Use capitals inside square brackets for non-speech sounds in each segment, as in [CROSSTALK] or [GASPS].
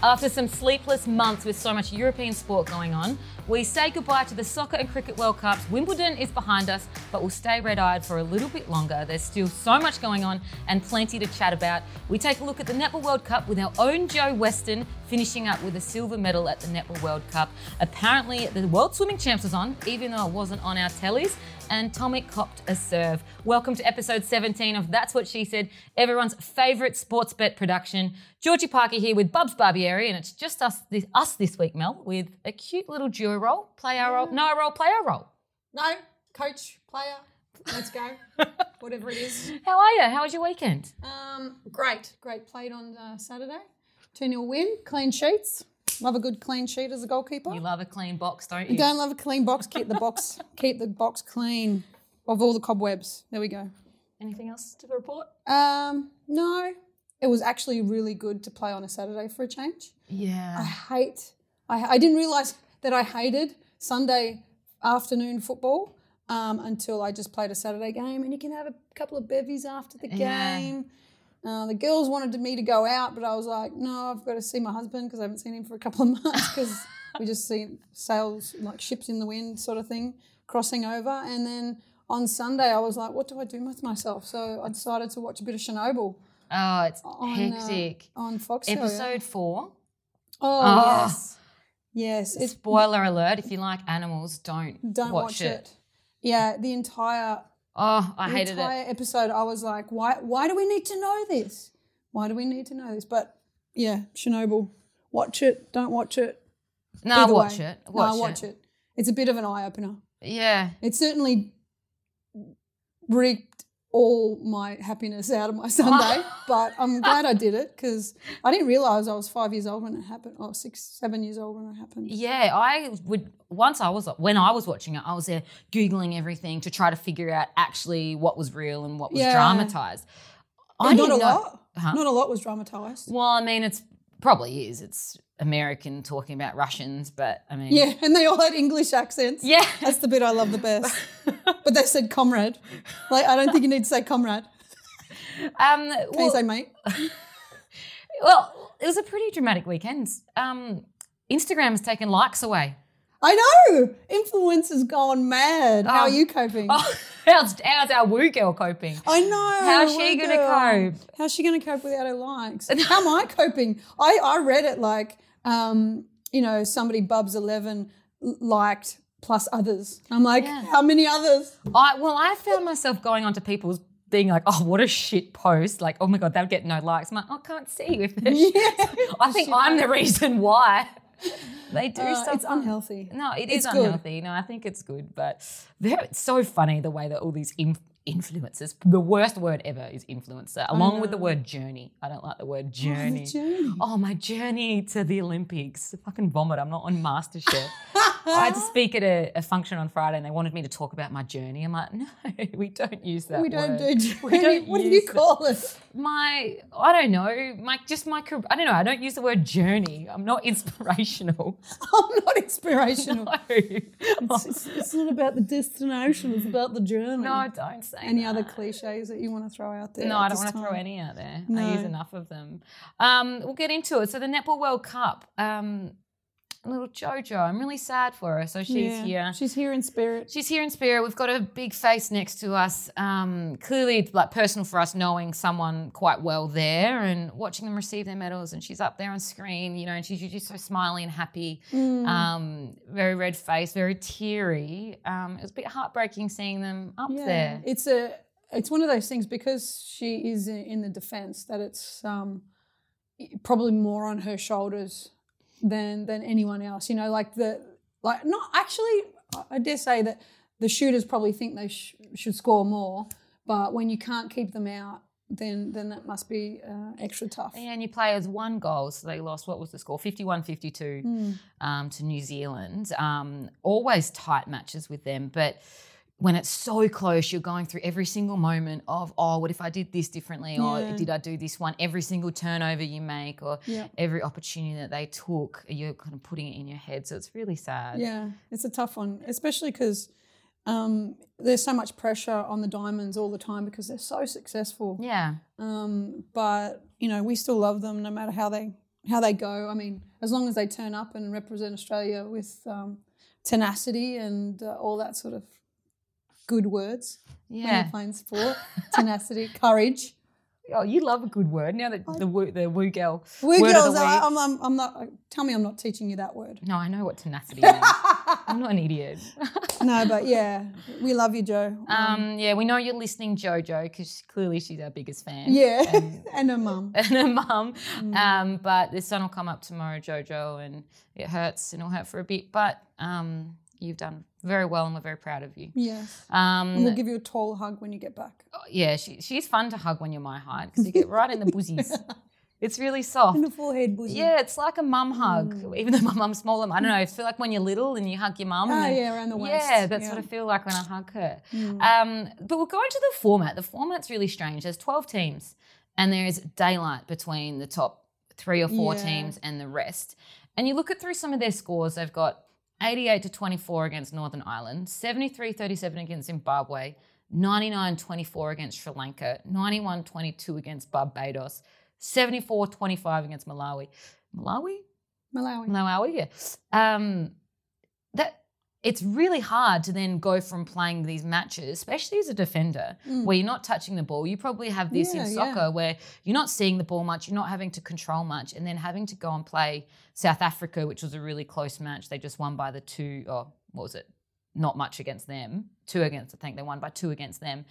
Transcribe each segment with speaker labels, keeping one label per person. Speaker 1: After some sleepless months with so much European sport going on, we say goodbye to the Soccer and Cricket World Cups. Wimbledon is behind us, but we'll stay red eyed for a little bit longer. There's still so much going on and plenty to chat about. We take a look at the Netball World Cup with our own Joe Weston, finishing up with a silver medal at the Netball World Cup. Apparently, the World Swimming Champs was on, even though it wasn't on our tellies, and Tommy copped a serve. Welcome to episode 17 of That's What She Said, everyone's favourite sports bet production. Georgie Parker here with Bubs Barbieri, and it's just us this, us this week, Mel, with a cute little duo role. Play our role. No role, play our role.
Speaker 2: No, coach, player. Let's go. Whatever it is.
Speaker 1: How are you? How was your weekend?
Speaker 2: Um, great, great. Played on uh, Saturday. 2 0 win, clean sheets. Love a good clean sheet as a goalkeeper.
Speaker 1: You love a clean box, don't you?
Speaker 2: Don't love a clean box. Keep the box. keep the box clean of all the cobwebs. There we go.
Speaker 1: Anything else to report?
Speaker 2: Um, no, it was actually really good to play on a Saturday for a change. I
Speaker 1: Yeah.
Speaker 2: hate. I, I didn't realize that I hated Sunday afternoon football um, until I just played a Saturday game, and you can have a couple of bevies after the
Speaker 1: Yeah.
Speaker 2: game. Uh, the girls wanted me to go out, but I was like, no, I've got to see my husband because I haven't seen him for a couple of [LAUGHS] months
Speaker 1: [LAUGHS]
Speaker 2: because we just see sails like ships in the wind sort of thing crossing over. And then on Sunday, I was like, what do I do with myself? So I decided to watch a bit of Chernobyl
Speaker 1: Oh, it's
Speaker 2: on, uh,
Speaker 1: hectic.
Speaker 2: on Fox.
Speaker 1: Episode four.
Speaker 2: Oh,
Speaker 1: Oh.
Speaker 2: yes. Yes, it's
Speaker 1: Spoiler alert: If you like animals, don't
Speaker 2: don't watch, it. Yeah, the entire
Speaker 1: Oh, I
Speaker 2: the
Speaker 1: hated it.
Speaker 2: entire episode, I was like, why why do we need to know this? Why do we need to know this? But yeah, Chernobyl. Watch it, don't watch it.
Speaker 1: No,
Speaker 2: Either
Speaker 1: watch
Speaker 2: way.
Speaker 1: it.
Speaker 2: No,
Speaker 1: Watch,
Speaker 2: watch
Speaker 1: it.
Speaker 2: it. It's a bit of an eye opener.
Speaker 1: Yeah.
Speaker 2: It certainly reaped all my happiness out of
Speaker 1: [LAUGHS]
Speaker 2: my [LAUGHS] Sunday, but I'm glad I did it because I didn't realize I was five years old when it happened. Oh, six, seven years old when it happened.
Speaker 1: Yeah, I would once I was when I was watching it, I was there googling everything to try to figure out actually what was real and what was
Speaker 2: Yeah.
Speaker 1: dramatized. I
Speaker 2: not a
Speaker 1: didn't know-
Speaker 2: lot.
Speaker 1: Huh?
Speaker 2: Not a lot was dramatized.
Speaker 1: Well, I mean, it's probably is. It's American talking about Russians, but I mean,
Speaker 2: Yeah, [LAUGHS] and they all had English
Speaker 1: [LAUGHS]
Speaker 2: accents.
Speaker 1: yeah.
Speaker 2: That's the bit I love
Speaker 1: [LAUGHS]
Speaker 2: the best. but they said comrade. Like, I don't think you need to say comrade.
Speaker 1: Um,
Speaker 2: Can you
Speaker 1: well,
Speaker 2: say mate?
Speaker 1: well, it was a pretty dramatic weekend. Um, Instagram has taken likes away.
Speaker 2: I know! Influence has gone mad. How are
Speaker 1: Oh.
Speaker 2: you coping?
Speaker 1: Oh, [LAUGHS] how's, how's our woo girl coping?
Speaker 2: I know.
Speaker 1: How's she
Speaker 2: what a
Speaker 1: gonna
Speaker 2: girl.
Speaker 1: cope?
Speaker 2: How's she going to cope without
Speaker 1: [LAUGHS]
Speaker 2: her likes? How am I coping? I, I read it like, um, you know, somebody Bubs11 liked plus others. I'm like,
Speaker 1: Yeah.
Speaker 2: how many others?
Speaker 1: I well, I found myself going onto people's being like, oh, what a shit post. Like, oh my god, they'll get no likes. I'm like, I can't see if
Speaker 2: [LAUGHS]
Speaker 1: they're shit. I think I'm the reason why. They do
Speaker 2: Uh,
Speaker 1: stuff.
Speaker 2: it's unhealthy.
Speaker 1: No, it is
Speaker 2: It's good.
Speaker 1: unhealthy. No, I think it's good, but they're- it's so funny the way that all these inf- influencers, the worst word ever is influencer, along with the word journey. I don't like the word journey.
Speaker 2: Mm. [LAUGHS] journey.
Speaker 1: Oh, my journey to the Olympics. Fucking vomit. I'm not on MasterChef. I
Speaker 2: [LAUGHS]
Speaker 1: had to speak at a, a function on Friday and they wanted me to talk about my journey. I'm like, [LAUGHS] no, we don't use that
Speaker 2: We
Speaker 1: word.
Speaker 2: don't do journey.
Speaker 1: don't
Speaker 2: what do
Speaker 1: use
Speaker 2: you call it?
Speaker 1: My, I don't know, my, just my, car- I don't know, I don't use the word journey. I'm not inspirational. [LAUGHS]
Speaker 2: [LAUGHS] I'm not inspirational.
Speaker 1: No.
Speaker 2: it's, it's not about the destination, it's about the journey.
Speaker 1: No, don't say
Speaker 2: any
Speaker 1: that.
Speaker 2: other cliches that you want to throw out there?
Speaker 1: No,
Speaker 2: at
Speaker 1: I don't
Speaker 2: this
Speaker 1: want to throw
Speaker 2: time?
Speaker 1: any out there. I
Speaker 2: No.
Speaker 1: use enough of them. Um, we'll get into it. So the Netball World Cup. Um, little Jojo, I'm really sad for her. So she's
Speaker 2: Yeah.
Speaker 1: here.
Speaker 2: She's here in spirit.
Speaker 1: She's here in spirit. We've got a big face next to us. Um, clearly, it's, like personal for us, knowing someone quite well there and watching them receive their medals. And she's up there on screen, you know, and she's usually so smiley and happy, um, very red face, very teary. Um, it was a bit heartbreaking seeing them up there.
Speaker 2: It's a it's one of those things because she is i- in the defense that it's um probably more on her shoulders than than anyone else. You know, like the like not actually I- I dare say that the shooters probably think they sh- should score more, but when you can't keep them out then then that must be uh, extra tough.
Speaker 1: Yeah, and you play as one goal, so they lost. What was the score? 51 52
Speaker 2: Hmm.
Speaker 1: um, to New Zealand. Um, always tight matches with them, but when it's so close, you're going through every single moment of, oh, what if I did this differently? Or
Speaker 2: Yeah.
Speaker 1: did I do this one? Every single turnover you make, or
Speaker 2: Yeah.
Speaker 1: every opportunity that they took, you're kind of putting it in your head. So it's really sad.
Speaker 2: Yeah, it's a tough one, especially because um, there's so much pressure on the diamonds all the time because they're so successful.
Speaker 1: Yeah.
Speaker 2: Um, but you know, we still love them no matter how they how they go. I mean, as long as they turn up and represent Australia with um, tenacity and uh, all that sort of good words when
Speaker 1: Yeah.
Speaker 2: you're playing sport,
Speaker 1: [LAUGHS]
Speaker 2: tenacity, courage.
Speaker 1: Oh, you love a good word. Now that the woo, the woo girl.
Speaker 2: We're
Speaker 1: word Of
Speaker 2: girls.
Speaker 1: the
Speaker 2: I,
Speaker 1: week.
Speaker 2: I'm, I'm, I'm not. Tell me, I'm not teaching you that word.
Speaker 1: No, I know what tenacity
Speaker 2: [LAUGHS]
Speaker 1: means. I'm not an idiot.
Speaker 2: No, but yeah, we love you, Joe.
Speaker 1: [LAUGHS]
Speaker 2: Mm-hmm.
Speaker 1: Um, yeah, we know you're listening, JoJo, because clearly she's our biggest fan.
Speaker 2: yeah, Mm-hmm.
Speaker 1: And,
Speaker 2: [LAUGHS]
Speaker 1: [LAUGHS]
Speaker 2: and her mum.
Speaker 1: and her mum. Um, but the sun will come up tomorrow, JoJo, and it hurts and it'll hurt for a bit. But um, you've done very well, and we're very proud of you.
Speaker 2: Yes, and
Speaker 1: Um,
Speaker 2: we'll give you a tall hug when you get back.
Speaker 1: yeah, she, she's fun to hug when you're my height because you get right in the
Speaker 2: [LAUGHS]
Speaker 1: busies. It's really soft.
Speaker 2: In the Mm. forehead, bosom.
Speaker 1: Yeah, it's like a mum hug, even though my mum's smaller. I don't know. I feel like when you're little and you hug your mum. and
Speaker 2: Ah,
Speaker 1: then-
Speaker 2: yeah, around the waist.
Speaker 1: Yeah, that's
Speaker 2: Yeah.
Speaker 1: what I feel like when I hug her.
Speaker 2: Mm.
Speaker 1: Um, but we'll go into the format. The format's really strange. There's 12 teams, and there is daylight between the top three or four
Speaker 2: Yeah.
Speaker 1: teams and the rest. And you look at through some of their scores, they've got 88 to 24 against Northern Ireland, 73 37 against Zimbabwe, 99 24 against Sri Lanka, 91 22 against Barbados, 74 25 against Malawi. Malawi?
Speaker 2: Malawi.
Speaker 1: Malawi, yeah. Um, that it's really hard to then go from playing these matches, especially as a defender,
Speaker 2: Mm.
Speaker 1: where you're not touching the ball. You probably have this
Speaker 2: Hmm. Yeah,
Speaker 1: in
Speaker 2: yeah.
Speaker 1: soccer where you're not seeing the ball much, you're not having to control much, and then having to go and play South Africa, which was a really close match. They just won by the two, or what was it? Not much against them, two against. I think they won by two against them.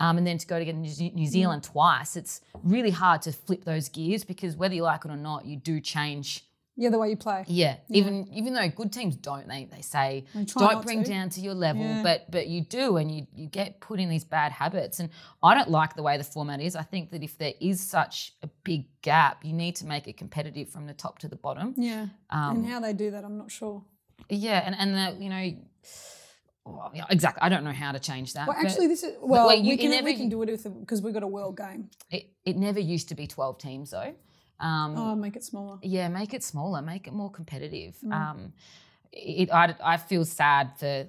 Speaker 1: Um, and then to go to get New, Ze- New
Speaker 2: Hmm.
Speaker 1: Zealand twice, it's really hard to flip those gears because whether you like it or not, you do change
Speaker 2: Yeah, the way you play.
Speaker 1: yeah, even even though good teams don't, they they say
Speaker 2: They try
Speaker 1: don't
Speaker 2: not
Speaker 1: bring
Speaker 2: to."
Speaker 1: down to your level,
Speaker 2: Yeah.
Speaker 1: but but you do, and you you get put in these bad habits. And I don't like the way the format is. I think that if there is such a big gap, you need to make it competitive from the top to the bottom.
Speaker 2: Yeah,
Speaker 1: Um,
Speaker 2: and how they do that, I'm not sure.
Speaker 1: yeah, and and the, you know, well, yeah, exactly. I don't know how to change that.
Speaker 2: Well,
Speaker 1: Uh, but
Speaker 2: actually, this is well.
Speaker 1: wait, you-
Speaker 2: we,
Speaker 1: you
Speaker 2: can,
Speaker 1: never-
Speaker 2: we can do it because we've got a world game.
Speaker 1: it, it never used to be twelve teams though. Um,
Speaker 2: Oh, make it smaller.
Speaker 1: yeah make it smaller make it more competitive
Speaker 2: Mm.
Speaker 1: um it I, I feel sad for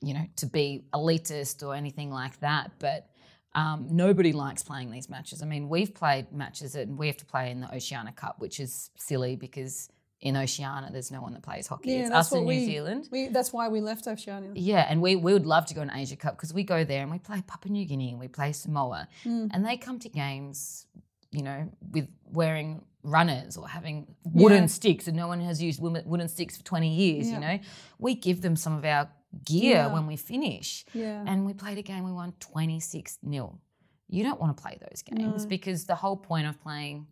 Speaker 1: you know to be elitist or anything like that but um, nobody likes playing these matches. I mean, we've played matches and we have to play in the Oceania Cup, which is silly because in Oceania there's no one that plays hockey.
Speaker 2: Yeah,
Speaker 1: it's
Speaker 2: that's
Speaker 1: us in
Speaker 2: what
Speaker 1: New
Speaker 2: we-
Speaker 1: Zealand.
Speaker 2: We, that's why we left Oceania.
Speaker 1: Yeah, and we, we would love to go in Asia Cup because we go there and we play Papua New Guinea and we play Samoa,
Speaker 2: Mm,
Speaker 1: and they come to games, you know, with wearing runners or having wooden
Speaker 2: Yeah.
Speaker 1: sticks, and no one has used wooden wooden sticks for twenty years. You
Speaker 2: Yeah.
Speaker 1: know, we give them some of our gear
Speaker 2: Yeah.
Speaker 1: when we finish,
Speaker 2: Yeah.
Speaker 1: and we played a game we won twenty six 0 You don't want to play those games because the whole point of playing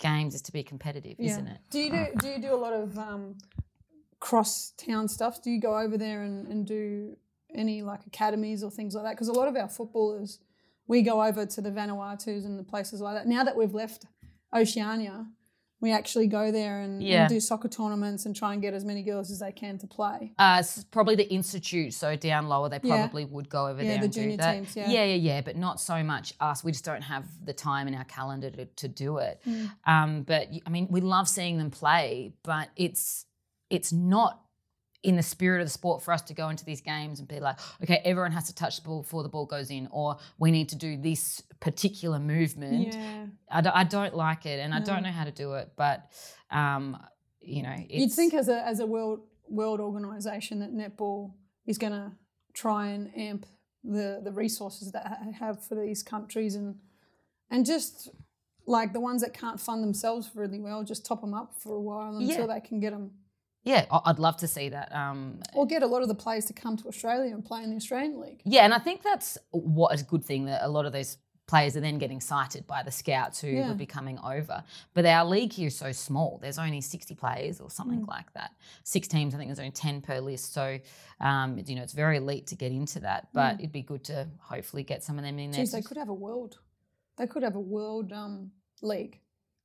Speaker 1: games is to be competitive,
Speaker 2: yeah.
Speaker 1: isn't it?
Speaker 2: Do you do do you do a lot of um, cross town stuff? Do you go over there and, and do any like academies or things like that? Because a lot of our footballers, we go over to the Vanuatu's and the places like that. Now that we've left Oceania, we actually go there and,
Speaker 1: Yeah.
Speaker 2: and do soccer tournaments and try and get as many girls as they can to play.
Speaker 1: Uh, s- probably the institute, so down lower, they
Speaker 2: Yeah.
Speaker 1: probably would go over
Speaker 2: Yeah,
Speaker 1: there
Speaker 2: the
Speaker 1: and do
Speaker 2: junior
Speaker 1: that.
Speaker 2: teams, yeah.
Speaker 1: yeah, yeah, yeah, but not so much us. We just don't have the time in our calendar to, to do it.
Speaker 2: Mm.
Speaker 1: Um, but y- I mean, we love seeing them play, but it's it's not in the spirit of the sport for us to go into these games and be like, okay, everyone has to touch the ball before the ball goes in, or we need to do this particular movement.
Speaker 2: Yeah.
Speaker 1: I, d- I don't like it, and I don't know how to do it, but um, you know, it's,
Speaker 2: You'd think as a as a world world organisation that netball is going to try and amp the the resources that I have for these countries and and just like the ones that can't fund themselves really well, just top them up for a while until they can get them
Speaker 1: yeah, I- I'd love to see that. Um,
Speaker 2: or get a lot of the players to come to Australia and play in the Australian league.
Speaker 1: Yeah, and I think that's what a good thing that a lot of those players are then getting cited by the scouts who
Speaker 2: Yeah.
Speaker 1: would be coming over. But our league here is so small. There's only 60 players or
Speaker 2: Mm.
Speaker 1: something like that. Six teams, I think there's only 10 per list. So, um, you know, it's very elite to get into that.
Speaker 2: Mm.
Speaker 1: But it'd be good to hopefully get some of them in there.
Speaker 2: Jeez, they could have a world. They could have a world um, league.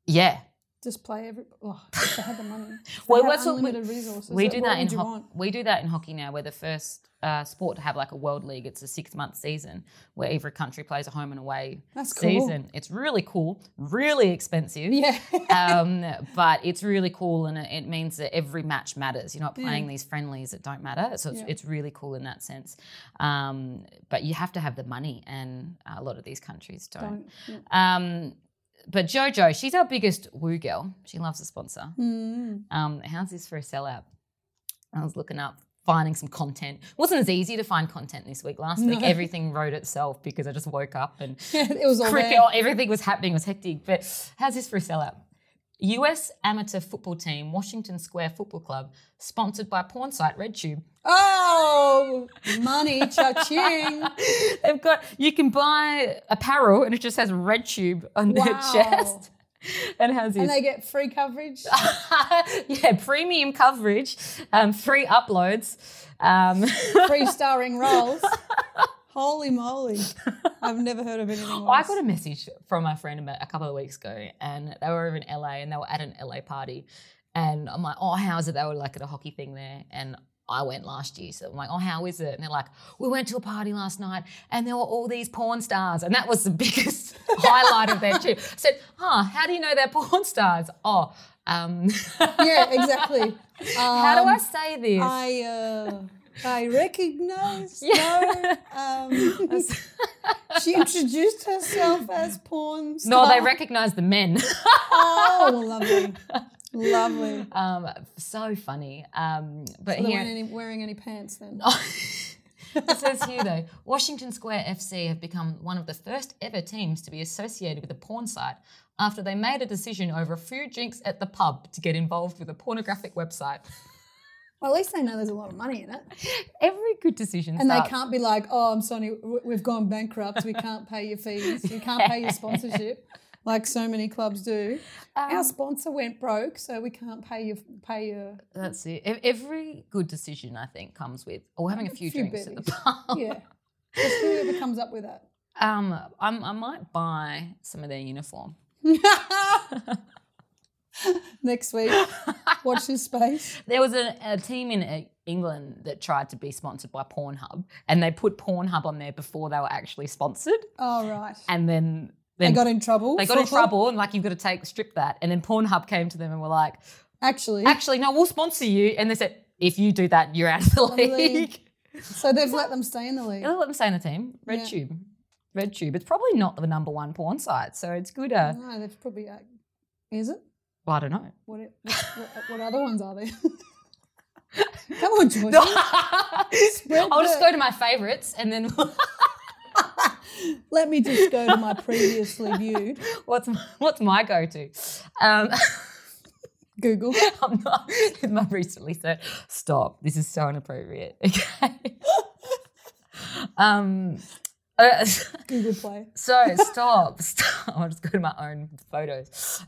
Speaker 1: yeah.
Speaker 2: Just play every. Oh, if they had
Speaker 1: [LAUGHS]
Speaker 2: the money. If they
Speaker 1: Well,
Speaker 2: had
Speaker 1: that's what we-
Speaker 2: unlimited resources.
Speaker 1: We do
Speaker 2: what
Speaker 1: that
Speaker 2: would
Speaker 1: in
Speaker 2: you
Speaker 1: ho-
Speaker 2: want?
Speaker 1: we do that in hockey now. We're the first uh, sport to have like a world league. It's a six month season where every country plays a home and away
Speaker 2: That's cool.
Speaker 1: season. It's really cool, really expensive.
Speaker 2: [LAUGHS] Yeah.
Speaker 1: um, but it's really cool and it, it means that every match matters. You're not playing these friendlies that don't matter. So it's,
Speaker 2: Yeah.
Speaker 1: it's really cool in that sense. Um, but you have to have the money, and a lot of these countries don't.
Speaker 2: Don't- yeah.
Speaker 1: Um, But JoJo, she's our biggest woo girl. She loves a sponsor.
Speaker 2: Mm.
Speaker 1: Um, how's this for a sellout? I was looking up, finding some content. wasn't as easy to find content this week. Last week, everything wrote itself because I just woke up and
Speaker 2: [LAUGHS] it was all
Speaker 1: cricket, oh,
Speaker 2: there.
Speaker 1: everything was happening, it was hectic. But how's this for a sellout? US amateur football team, Washington Square Football Club, sponsored by porn site RedTube.
Speaker 2: Oh, money,
Speaker 1: [LAUGHS]
Speaker 2: cha-ching.
Speaker 1: They've got you can buy apparel and it just has RedTube on their
Speaker 2: Wow.
Speaker 1: chest. [LAUGHS] And how's this?
Speaker 2: and they get free coverage.
Speaker 1: [LAUGHS] yeah, premium coverage, um, free uploads. Um, [LAUGHS]
Speaker 2: free starring roles. Holy moly. I've never heard of anything worse.
Speaker 1: I got a message from my friend about a couple of weeks ago, and they were over in LA and they were at an LA party. And I'm like, oh, how is it? They were like at a hockey thing there. And I went last year. So I'm like, oh, how is it? And they're like, we went to a party last night and there were all these porn stars. And that was the [LAUGHS] biggest highlight of their trip. I said, huh, how do you know they're porn stars? Oh, um,
Speaker 2: [LAUGHS]
Speaker 1: [LAUGHS]
Speaker 2: yeah, exactly. Um,
Speaker 1: how do I say this?
Speaker 2: I, uh, I recognize.
Speaker 1: [LAUGHS] Yeah.
Speaker 2: No, um, she introduced herself as porn star.
Speaker 1: no, they recognize the men. [LAUGHS]
Speaker 2: Oh, lovely. Lovely.
Speaker 1: Um, so funny. Um, but
Speaker 2: Not
Speaker 1: here,
Speaker 2: wearing any, wearing any pants then.
Speaker 1: it says here though, Washington Square FC have become one of the first ever teams to be associated with a porn site after they made a decision over a few drinks at the pub to get involved with a pornographic website.
Speaker 2: Well, at least they know there's a lot of money in it.
Speaker 1: Every good decision
Speaker 2: And they
Speaker 1: starts-
Speaker 2: can't be like, oh, I'm sorry, w- we've gone bankrupt. We can't pay your fees. You can't pay your sponsorship,
Speaker 1: [LAUGHS]
Speaker 2: like so many clubs do.
Speaker 1: Um,
Speaker 2: Our sponsor went broke, so we can't pay your pay your
Speaker 1: That's it. E- Every good decision, I think, comes with or having a few,
Speaker 2: few
Speaker 1: drinks at the
Speaker 2: bevvies.
Speaker 1: pub. [LAUGHS]
Speaker 2: yeah. Just whoever comes up with that.
Speaker 1: Um, I'm, I might buy some of their uniform.
Speaker 2: Next week, watch this space.
Speaker 1: There was a, a team in uh, England that tried to be sponsored by Pornhub, and they put Pornhub on there before they were actually sponsored,
Speaker 2: Oh right,
Speaker 1: and then
Speaker 2: they
Speaker 1: then
Speaker 2: got in trouble.
Speaker 1: they got in
Speaker 2: for-
Speaker 1: trouble, and like you've got to take strip that, and then Pornhub came to them and were like,
Speaker 2: Actually,
Speaker 1: actually, no, we'll sponsor you, and they said if you do that, you're out of the
Speaker 2: the
Speaker 1: league. [LAUGHS]
Speaker 2: league. so they've let them stay in the league.
Speaker 1: They'll let them stay in the team. RedTube, RedTube. It's probably not the number one porn site, so it's good. Uh,
Speaker 2: No, they've probably. Uh, is it?
Speaker 1: well, I don't know.
Speaker 2: What, it- what, what, what other ones are there? [LAUGHS] Come on, George.
Speaker 1: [LAUGHS] I'll just
Speaker 2: the-
Speaker 1: go to my favorites, and then [LAUGHS]
Speaker 2: Let me just go to my previously viewed
Speaker 1: what's my, what's my go-to? Um, [LAUGHS]
Speaker 2: Google.
Speaker 1: I'm not. [LAUGHS] My recently said, stop. This is so inappropriate. [LAUGHS] Okay. um. uh, [LAUGHS]
Speaker 2: Google Play.
Speaker 1: so stop. [LAUGHS] Stop. I'll just go to my own photos.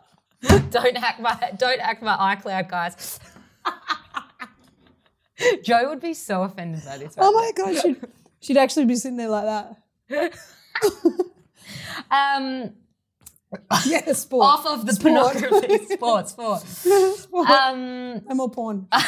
Speaker 1: [LAUGHS] don't hack my. Don't hack my iCloud, guys. [LAUGHS] Joe would be so offended by this.
Speaker 2: Oh my god, she'd, [LAUGHS] she'd actually be sitting there like [LAUGHS] that.
Speaker 1: Um.
Speaker 2: Yeah, sport.
Speaker 1: Off of the
Speaker 2: [LAUGHS]
Speaker 1: pornography. Sport. Sport.
Speaker 2: Sport.
Speaker 1: Um.
Speaker 2: and more
Speaker 1: [LAUGHS]
Speaker 2: porn. [LAUGHS]
Speaker 1: uh,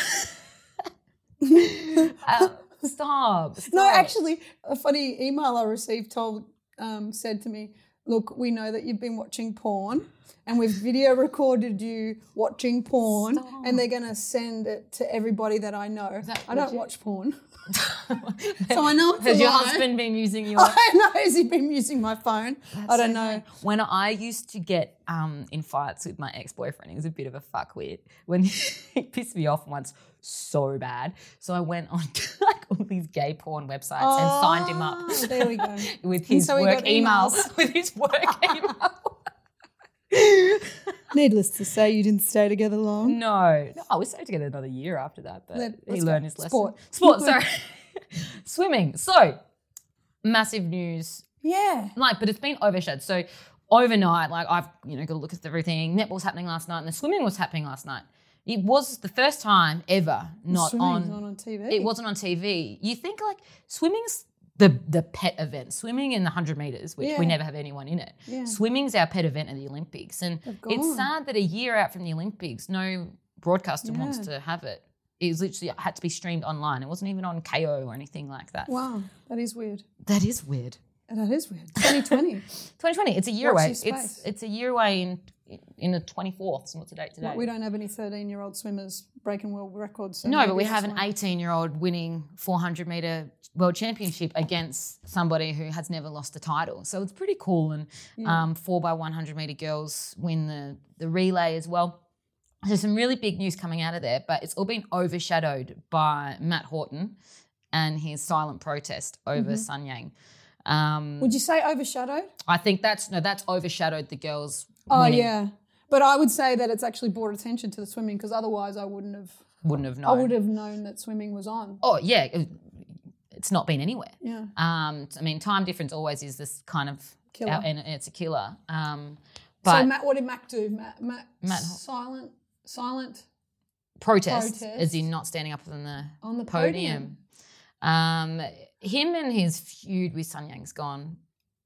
Speaker 1: stop. stop.
Speaker 2: No, actually, a funny email I received told um, said to me, "Look, we know that you've been watching porn, and we've video recorded you watching porn, and they're going to send it to everybody that I know.
Speaker 1: that
Speaker 2: I don't
Speaker 1: legit?
Speaker 2: watch porn,
Speaker 1: [LAUGHS]
Speaker 2: so I know it's
Speaker 1: Has
Speaker 2: a
Speaker 1: your
Speaker 2: lie.
Speaker 1: husband been using your?
Speaker 2: I [LAUGHS] know. Has he been using my phone? I don't know.
Speaker 1: When I used to get um, in fights with my ex boyfriend, he was a bit of a fuckwit. When [LAUGHS] he pissed me off once so bad, so I went on [LAUGHS] to, like all these gay porn websites and signed him
Speaker 2: Ah,
Speaker 1: up
Speaker 2: there we [LAUGHS] go.
Speaker 1: [LAUGHS] with his
Speaker 2: so he
Speaker 1: work
Speaker 2: got
Speaker 1: emails. [LAUGHS]
Speaker 2: emails.
Speaker 1: With his
Speaker 2: [LAUGHS]
Speaker 1: work email.
Speaker 2: Needless to say, you didn't stay together long.
Speaker 1: No, no, we stayed together another year after that, but
Speaker 2: Let-
Speaker 1: he
Speaker 2: let's go.
Speaker 1: learned his lesson.
Speaker 2: Sport. [LAUGHS]
Speaker 1: Sport. Sorry, [LAUGHS] swimming. So massive news
Speaker 2: Yeah.
Speaker 1: like, but it's been overshadowed. So overnight, like I've you know got to look at everything. Netball's happening last night, and the swimming was happening last night. It was the first time ever not
Speaker 2: Swimming's
Speaker 1: on.
Speaker 2: not on TV.
Speaker 1: It wasn't on TV. You think like swimming's the the pet event, swimming in the hundred meters, which we
Speaker 2: Yeah.
Speaker 1: never have anyone in it.
Speaker 2: Yeah.
Speaker 1: Swimming's our pet event at the Olympics, and it's
Speaker 2: gone.
Speaker 1: sad that a year out from the Olympics, no broadcaster wants
Speaker 2: Yeah.
Speaker 1: to have it. It was literally had to be streamed online. It wasn't even on KO or anything like that.
Speaker 2: Wow, that is weird.
Speaker 1: That is weird.
Speaker 2: [LAUGHS] That is weird. 2020.
Speaker 1: 2020. It's a year
Speaker 2: Watch
Speaker 1: away.
Speaker 2: this
Speaker 1: It's
Speaker 2: space.
Speaker 1: it's a year away in in the 24th. So what's the date today?
Speaker 2: Like, we don't have any 13 year old swimmers breaking world records. so
Speaker 1: no,
Speaker 2: maybe
Speaker 1: but we
Speaker 2: this
Speaker 1: have an
Speaker 2: one-
Speaker 1: 18 year old winning 400 meter world championship against somebody who has never lost a title. So it's pretty cool. And um, four by 100 meter girls win the, the relay as well. There's some really big news coming out of there, but it's all been overshadowed by Matt Horton and his silent protest over
Speaker 2: Mm-hmm.
Speaker 1: Sun Yang. Um,
Speaker 2: Would you say overshadowed?
Speaker 1: I think that's no, that's overshadowed the girls.
Speaker 2: Oh,
Speaker 1: winning.
Speaker 2: yeah. But I would say that it's actually brought attention to the swimming because otherwise I wouldn't have.
Speaker 1: Wouldn't have
Speaker 2: I
Speaker 1: known.
Speaker 2: would have known that swimming was on.
Speaker 1: Oh yeah, it- it's not been anywhere.
Speaker 2: Yeah.
Speaker 1: Um, I mean, time difference always is this kind of
Speaker 2: Killer.
Speaker 1: out- and it's a killer. Um,
Speaker 2: so
Speaker 1: but
Speaker 2: Matt, what did Mac do? Matt, Matt,
Speaker 1: Matt-
Speaker 2: silent, silent
Speaker 1: protest,
Speaker 2: Protest.
Speaker 1: as in not standing up on the
Speaker 2: on the podium.
Speaker 1: podium. Um, him and his feud with Sun Yang's gone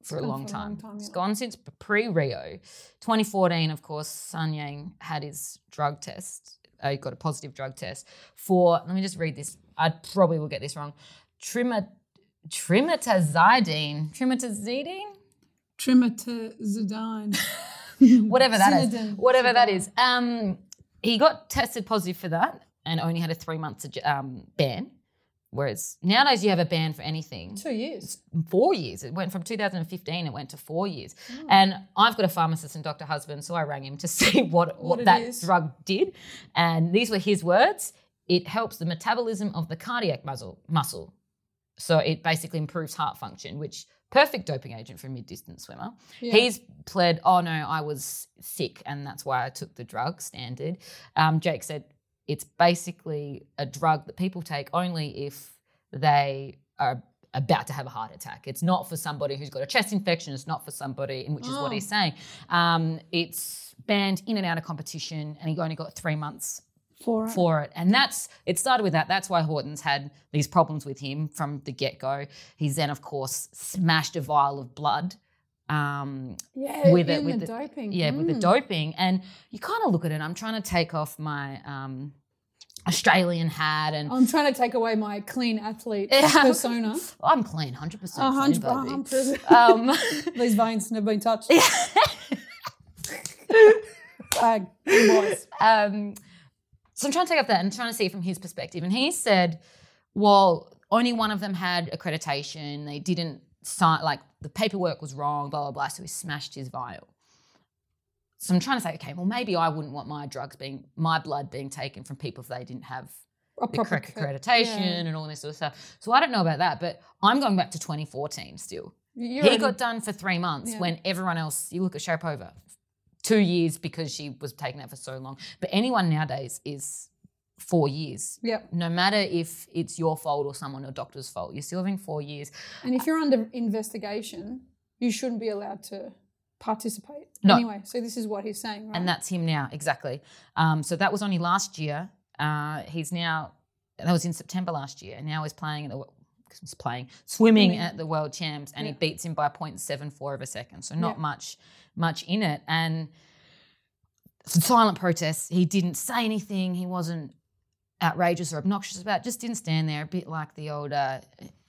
Speaker 1: for, a,
Speaker 2: gone
Speaker 1: long
Speaker 2: for a long
Speaker 1: time.
Speaker 2: time,
Speaker 1: It's
Speaker 2: yeah.
Speaker 1: gone since pre Rio, 2014. Of course, Sun Yang had his drug test. Uh, he got a positive drug test for. Let me just read this. I probably will get this wrong. Trimet Trimetazidine. Trimetazidine.
Speaker 2: Trimetazidine.
Speaker 1: [LAUGHS] whatever that is,
Speaker 2: Synodon.
Speaker 1: whatever that is. Um, he got tested positive for that and only had a three month sug- um, ban. Whereas nowadays you have a ban for anything.
Speaker 2: Two years.
Speaker 1: Four years. It went from 2015. It went to four years. And I've got a pharmacist and doctor husband, so I rang him to [LAUGHS] see what what,
Speaker 2: What it
Speaker 1: that
Speaker 2: is.
Speaker 1: drug did. And these were his words. It helps the metabolism of the cardiac muscle muscle. So it basically improves heart function, which perfect doping agent for a mid-distance swimmer.
Speaker 2: Yeah.
Speaker 1: He's pled, oh no, I was sick and that's why I took the drug standard. Um, Jake said it's basically a drug that people take only if they are about to have a heart attack. It's not for somebody who's got a chest infection. It's not for somebody, and which is what
Speaker 2: Oh.
Speaker 1: he's saying. Um, it's banned in and out of competition, and he only got three months
Speaker 2: Four.
Speaker 1: for it. And that's it started with that. That's why Horton's had these problems with him from the get go. He's then, of course, smashed a vial of blood. Um, with
Speaker 2: Yeah, with
Speaker 1: it-
Speaker 2: in
Speaker 1: with
Speaker 2: the,
Speaker 1: the-
Speaker 2: doping.
Speaker 1: yeah, with the
Speaker 2: Mm.
Speaker 1: doping, and you kind of look at it. I'm trying to take off my um, Australian hat, and
Speaker 2: I'm trying to take away my clean athlete
Speaker 1: Yeah. [LAUGHS]
Speaker 2: persona.
Speaker 1: I'm clean, hundred percent.
Speaker 2: Uh-huh. A hundred percent.
Speaker 1: Um, [LAUGHS]
Speaker 2: These veins never been touched. [LAUGHS] Bag.
Speaker 1: [LAUGHS] um, so I'm trying to take up that and trying to see it from his perspective. And he said, well, only one of them had accreditation. They didn't sign, like the paperwork was wrong, blah, blah, blah. So he smashed his vial. So I'm trying to say, okay, well, maybe I wouldn't want my drugs being, my blood being taken from people if they didn't have
Speaker 2: A
Speaker 1: the
Speaker 2: proper
Speaker 1: correct
Speaker 2: cur-
Speaker 1: accreditation
Speaker 2: yeah.
Speaker 1: and all this sort of stuff. So I don't know about that, but I'm going back to 2014 still.
Speaker 2: You're
Speaker 1: he
Speaker 2: already-
Speaker 1: got done for three months
Speaker 2: Yeah.
Speaker 1: when everyone else, you look at Sharapova, two years because she was taking that for so long. But anyone nowadays is four years.
Speaker 2: Yep.
Speaker 1: No matter if it's your fault or someone or doctor's fault, you're still having four years.
Speaker 2: And if you're under investigation, you shouldn't be allowed to participate.
Speaker 1: No.
Speaker 2: Anyway, so this is what he's saying, right?
Speaker 1: And that's him now, exactly. Um, so that was only last year. Uh, he's now, that was in September last year, and now he's playing at the, he's playing, swimming
Speaker 2: Swimming.
Speaker 1: at the World Champs, and
Speaker 2: Yeah.
Speaker 1: he beats him by 0.74 of a second. So not
Speaker 2: Yeah.
Speaker 1: much, much in it. And silent protests, he didn't say anything. He wasn't outrageous or obnoxious about it, just didn't stand there, a bit like the old uh,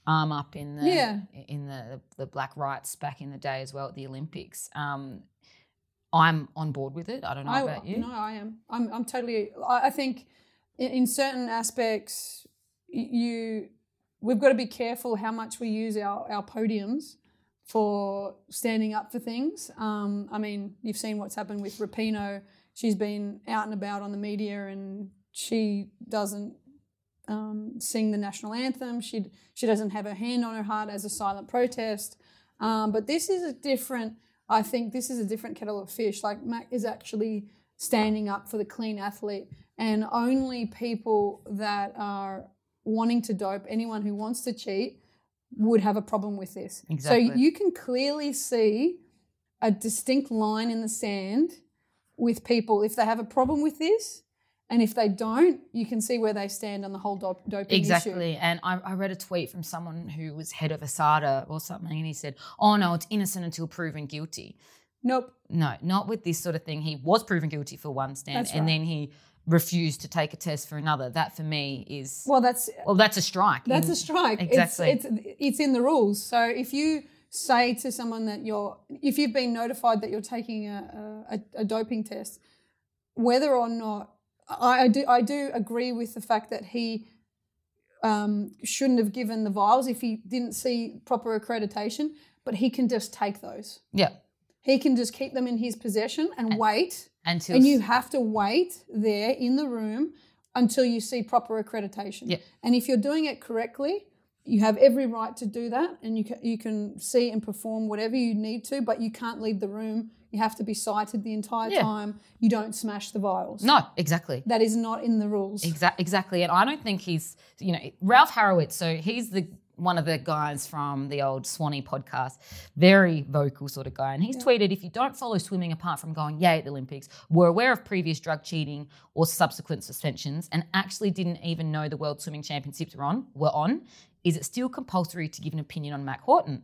Speaker 1: arm up in the,
Speaker 2: Yeah.
Speaker 1: in the, the black rights back in the day as well at the Olympics. Um, I'm on board with it. I don't know
Speaker 2: I,
Speaker 1: about you.
Speaker 2: No, I am. I'm, I'm totally. I, I think in, in certain aspects, y- you we've got to be careful how much we use our, our podiums for standing up for things. Um, I mean, you've seen what's happened with Rapino. She's been out and about on the media, and she doesn't um, sing the national anthem. She she doesn't have her hand on her heart as a silent protest. Um, but this is a different. I think this is a different kettle of fish. Like Mac is actually standing up for the clean athlete, and only people that are wanting to dope, anyone who wants to cheat, would have a problem with this. So
Speaker 1: Exactly.
Speaker 2: you can clearly see a distinct line in the sand with people if they have a problem with this. And if they don't, you can see where they stand on the whole dop- doping issue.
Speaker 1: Exactly. And I, I read a tweet from someone who was head of ASADA or something, and he said, Oh no, it's innocent until proven guilty.
Speaker 2: Nope.
Speaker 1: No, not with this sort of thing. He was proven guilty for one stand
Speaker 2: That's
Speaker 1: and
Speaker 2: right.
Speaker 1: then he refused to take a test for another. That for me is, well,
Speaker 2: Well, that's
Speaker 1: that's a strike.
Speaker 2: that's
Speaker 1: in-
Speaker 2: a strike.
Speaker 1: Mm. Exactly.
Speaker 2: It's, it's it's in the rules. So if you say to someone that you're, if you've been notified that you're taking a, a, a doping test, whether or not, I, I do, I do agree with the fact that he um, shouldn't have given the vials if he didn't see proper accreditation, but he can just take those.
Speaker 1: Yeah.
Speaker 2: He can just keep them in his possession and, wait.
Speaker 1: Until
Speaker 2: And you have to wait there in the room until you see proper accreditation.
Speaker 1: Yeah.
Speaker 2: And if you're doing it correctly, you have every right to do that and you can, you can see and perform whatever you need to, but you can't leave the room. You have to be cited the entire
Speaker 1: Yeah.
Speaker 2: time. You don't smash the vials.
Speaker 1: no, exactly.
Speaker 2: That is not in the rules.
Speaker 1: Exa- exactly. And I don't think he's, you know, Ralph Harrowitz. So he's the one of the guys from the old Swanee podcast, very vocal sort of guy. And he's tweeted if you don't follow swimming apart from going yay at the Olympics, were aware of previous drug cheating or subsequent suspensions, and actually didn't even know the World Swimming Championships were on, were on, is it still compulsory to give an opinion on Mac Horton?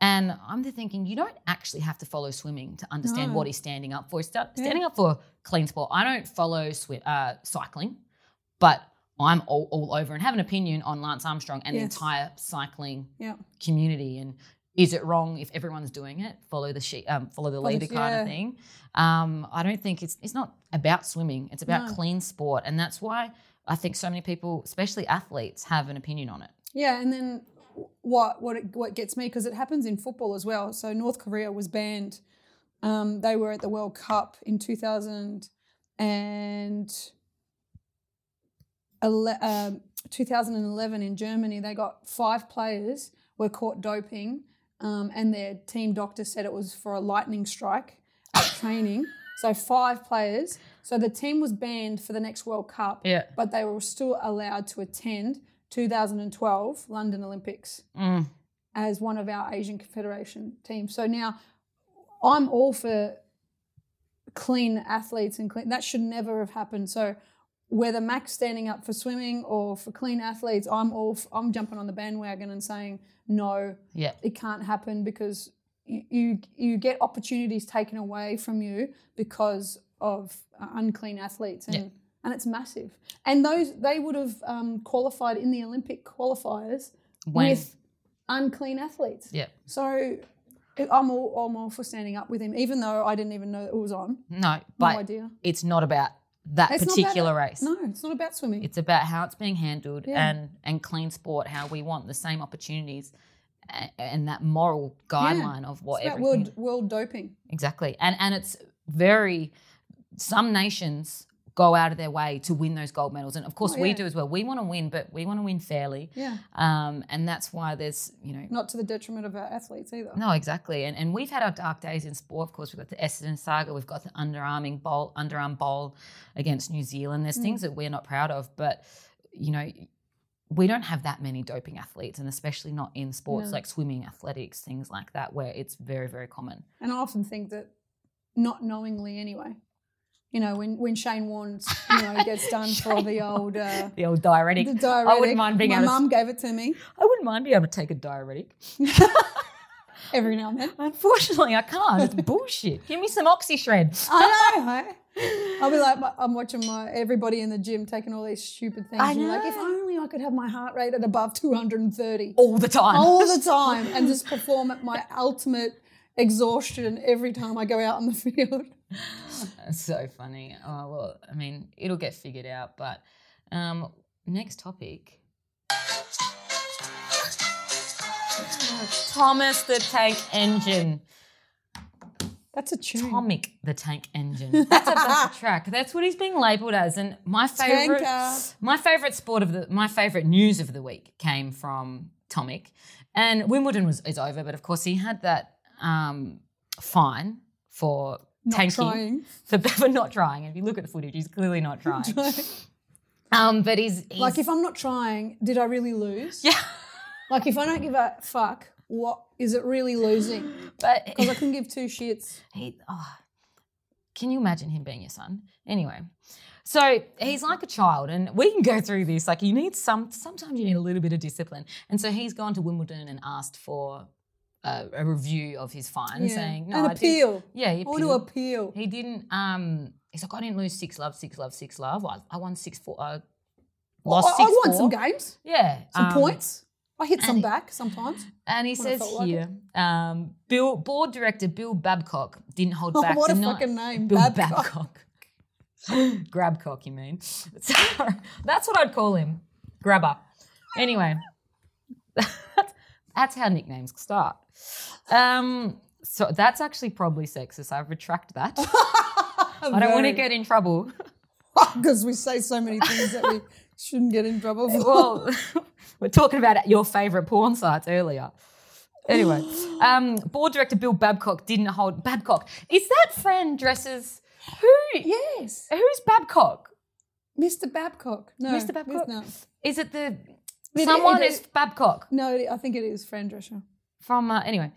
Speaker 1: And I'm there thinking, you don't actually have to follow swimming to understand
Speaker 2: No.
Speaker 1: what he's standing up for. He's sta- standing up for clean sport. I don't follow swi- uh, cycling, but I'm all, all over and have an opinion on Lance Armstrong and
Speaker 2: Yes.
Speaker 1: the entire cycling
Speaker 2: Yeah.
Speaker 1: community. And is it wrong if everyone's doing it? Follow the she- um, follow the
Speaker 2: Follow
Speaker 1: leader
Speaker 2: the-
Speaker 1: kind
Speaker 2: yeah.
Speaker 1: of thing. Um, I don't think it's it's not about swimming. It's about
Speaker 2: No.
Speaker 1: clean sport, and that's why I think so many people, especially athletes, have an opinion on it.
Speaker 2: Yeah, and then what what it, what gets me because it happens in football as well. So North Korea was banned. Um, they were at the World Cup in 2000 and ele- um, 2011 in Germany. They got five players were caught doping, um, and their team doctor said it was for a lightning strike at training. So five players. So the team was banned for the next World Cup
Speaker 1: Yeah.
Speaker 2: but they were still allowed to attend 2012 London Olympics
Speaker 1: Mm.
Speaker 2: as one of our Asian Confederation teams. So now I'm all for clean athletes and clean that should never have happened. So whether Max standing up for swimming or for clean athletes, I'm all f- I'm jumping on the bandwagon and saying no,
Speaker 1: Yeah.
Speaker 2: it can't happen because you you, you get opportunities taken away from you because of uh, unclean athletes and
Speaker 1: Yeah.
Speaker 2: and it's massive. And those they would have um, qualified in the Olympic qualifiers
Speaker 1: When
Speaker 2: with unclean athletes.
Speaker 1: yeah.
Speaker 2: So it- I'm all I'm all for standing up with him, even though I didn't even know it was on.
Speaker 1: No,
Speaker 2: No
Speaker 1: but
Speaker 2: idea.
Speaker 1: it's not about that
Speaker 2: It's not about
Speaker 1: particular race.
Speaker 2: No, it's not about swimming.
Speaker 1: It's about how it's being handled
Speaker 2: Yeah.
Speaker 1: and and clean sport, how we want the same opportunities and, and that moral guideline of what
Speaker 2: It's about
Speaker 1: everything
Speaker 2: world world doping.
Speaker 1: exactly. And and it's very some nations go out of their way to win those gold medals, and of course
Speaker 2: Oh,
Speaker 1: we
Speaker 2: yeah.
Speaker 1: do as well. We want to win, but we want to win fairly,
Speaker 2: Yeah,
Speaker 1: um, and that's why there's you know
Speaker 2: not to the detriment of our athletes either.
Speaker 1: no, exactly. And and we've had our dark days in sport. Of course, we've got the Essendon saga. We've got the underarming bowl, underarm bowl against New Zealand. There's things that we're not proud of, but you know, we don't have that many doping athletes, and especially not in sports
Speaker 2: No.
Speaker 1: like swimming, athletics, things like that, where it's very very common.
Speaker 2: And I often think that not knowingly anyway. You know, when, when Shane Warne's,
Speaker 1: [LAUGHS]
Speaker 2: you know, gets done for the old uh,
Speaker 1: The old diuretic.
Speaker 2: the
Speaker 1: I
Speaker 2: diuretic.
Speaker 1: wouldn't mind being
Speaker 2: My
Speaker 1: able to-
Speaker 2: mum gave it to me
Speaker 1: I wouldn't mind being able to take a diuretic.
Speaker 2: every now and then.
Speaker 1: Unfortunately, I can't. [LAUGHS] It's bullshit. Give me some oxy shred.
Speaker 2: I know. right? [LAUGHS] I'll be like, my- I'm watching my everybody in the gym taking all these stupid things.
Speaker 1: I
Speaker 2: and you're like,
Speaker 1: know.
Speaker 2: if only I could have my heart rate at
Speaker 1: [LAUGHS]
Speaker 2: above 230
Speaker 1: All the time.
Speaker 2: all the time and just perform at my ultimate exhaustion every time I go out on the [LAUGHS] field.
Speaker 1: That's so funny. Oh well, I mean, it'll get figured out. But um, next topic. Thomas the Tank Engine.
Speaker 2: That's a tune.
Speaker 1: Tomic the Tank Engine. That's a,
Speaker 2: [LAUGHS]
Speaker 1: that's a track. That's what he's being labelled as. And my favorite,
Speaker 2: Tanker.
Speaker 1: my favorite sport of the, my favorite news of the week came from Tomic, and Wimbledon was is over. But of course, he had that um, fine for
Speaker 2: Not
Speaker 1: tanking
Speaker 2: trying.
Speaker 1: for, [LAUGHS] for not trying. If you look at the footage, he's clearly
Speaker 2: [LAUGHS]
Speaker 1: not trying. um, but he's, he's
Speaker 2: Like, if I'm not trying, did I really lose?
Speaker 1: yeah,
Speaker 2: [LAUGHS] Like, if I don't give a fuck, what is it really losing? [LAUGHS]
Speaker 1: but
Speaker 2: Because I couldn't give two
Speaker 1: [LAUGHS]
Speaker 2: shits.
Speaker 1: he. Oh, can you imagine him being your son? Anyway, so he's like a child, and we can go through this. Like you need some. Sometimes you need a little bit of discipline, and so he's gone to Wimbledon and asked for a, a review of his fine,
Speaker 2: Yeah.
Speaker 1: saying no,
Speaker 2: An
Speaker 1: I didn't-
Speaker 2: appeal.
Speaker 1: Yeah, he
Speaker 2: I want to
Speaker 1: appealed.
Speaker 2: appeal.
Speaker 1: He didn't. Um, he's like, I didn't lose six love, six love, six love. I, I won six four. I lost
Speaker 2: I, I
Speaker 1: six
Speaker 2: want
Speaker 1: four.
Speaker 2: some games,
Speaker 1: Yeah,
Speaker 2: some
Speaker 1: um,
Speaker 2: points. I hit some
Speaker 1: And-
Speaker 2: back
Speaker 1: [GASPS]
Speaker 2: sometimes. [LAUGHS]
Speaker 1: And he
Speaker 2: When I
Speaker 1: says
Speaker 2: felt like
Speaker 1: here, um, Bill board director Bill Babcock didn't
Speaker 2: [LAUGHS]
Speaker 1: hold
Speaker 2: Oh,
Speaker 1: back.
Speaker 2: what a
Speaker 1: denied-
Speaker 2: fucking name,
Speaker 1: Bill
Speaker 2: Babcock.
Speaker 1: Babcock. [LAUGHS] Grabcock, you mean? [LAUGHS] Sorry. That's what I'd call him, grabber. Anyway, [LAUGHS] that's how nicknames start. Um, so that's actually probably sexist. I retract
Speaker 2: [LAUGHS]
Speaker 1: that. I don't want to get in trouble.
Speaker 2: because we say so many things that we shouldn't get
Speaker 1: [LAUGHS]
Speaker 2: in trouble for.
Speaker 1: well, we're talking about your favorite porn sites earlier. [GASPS] Anyway, um, board director Bill Babcock didn't hold Babcock. Is that friend dresses who?
Speaker 2: yes,
Speaker 1: Who's Babcock?
Speaker 2: Mr. Babcock. No,
Speaker 1: Mr. Babcock?
Speaker 2: No,
Speaker 1: Is it the
Speaker 2: It-
Speaker 1: someone
Speaker 2: it-
Speaker 1: is Babcock
Speaker 2: no it, I think it is Fran Drescher.
Speaker 1: from? Uh, anyway,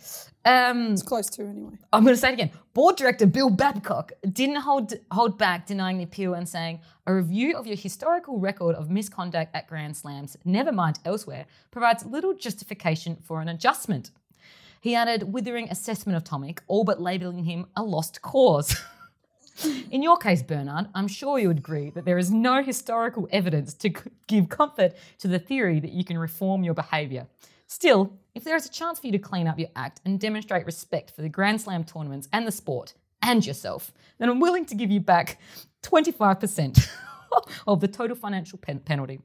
Speaker 1: um,
Speaker 2: It's close to anyway.
Speaker 1: I'm going to say it again. Board director Bill Babcock didn't hold hold back, denying the appeal and saying a review of your historical record of misconduct at Grand Slams, never mind elsewhere, provides little justification for an adjustment. He added, withering assessment of Tomic, all but labeling him a lost cause. [LAUGHS] In your case, Bernard, I'm sure you would agree that there is no historical evidence to c- give comfort to the theory that you can reform your behaviour. Still, if there is a chance for you to clean up your act and demonstrate respect for the Grand Slam tournaments and the sport and yourself, then I'm willing to give you back 25% [LAUGHS] of the total financial pen- penalty.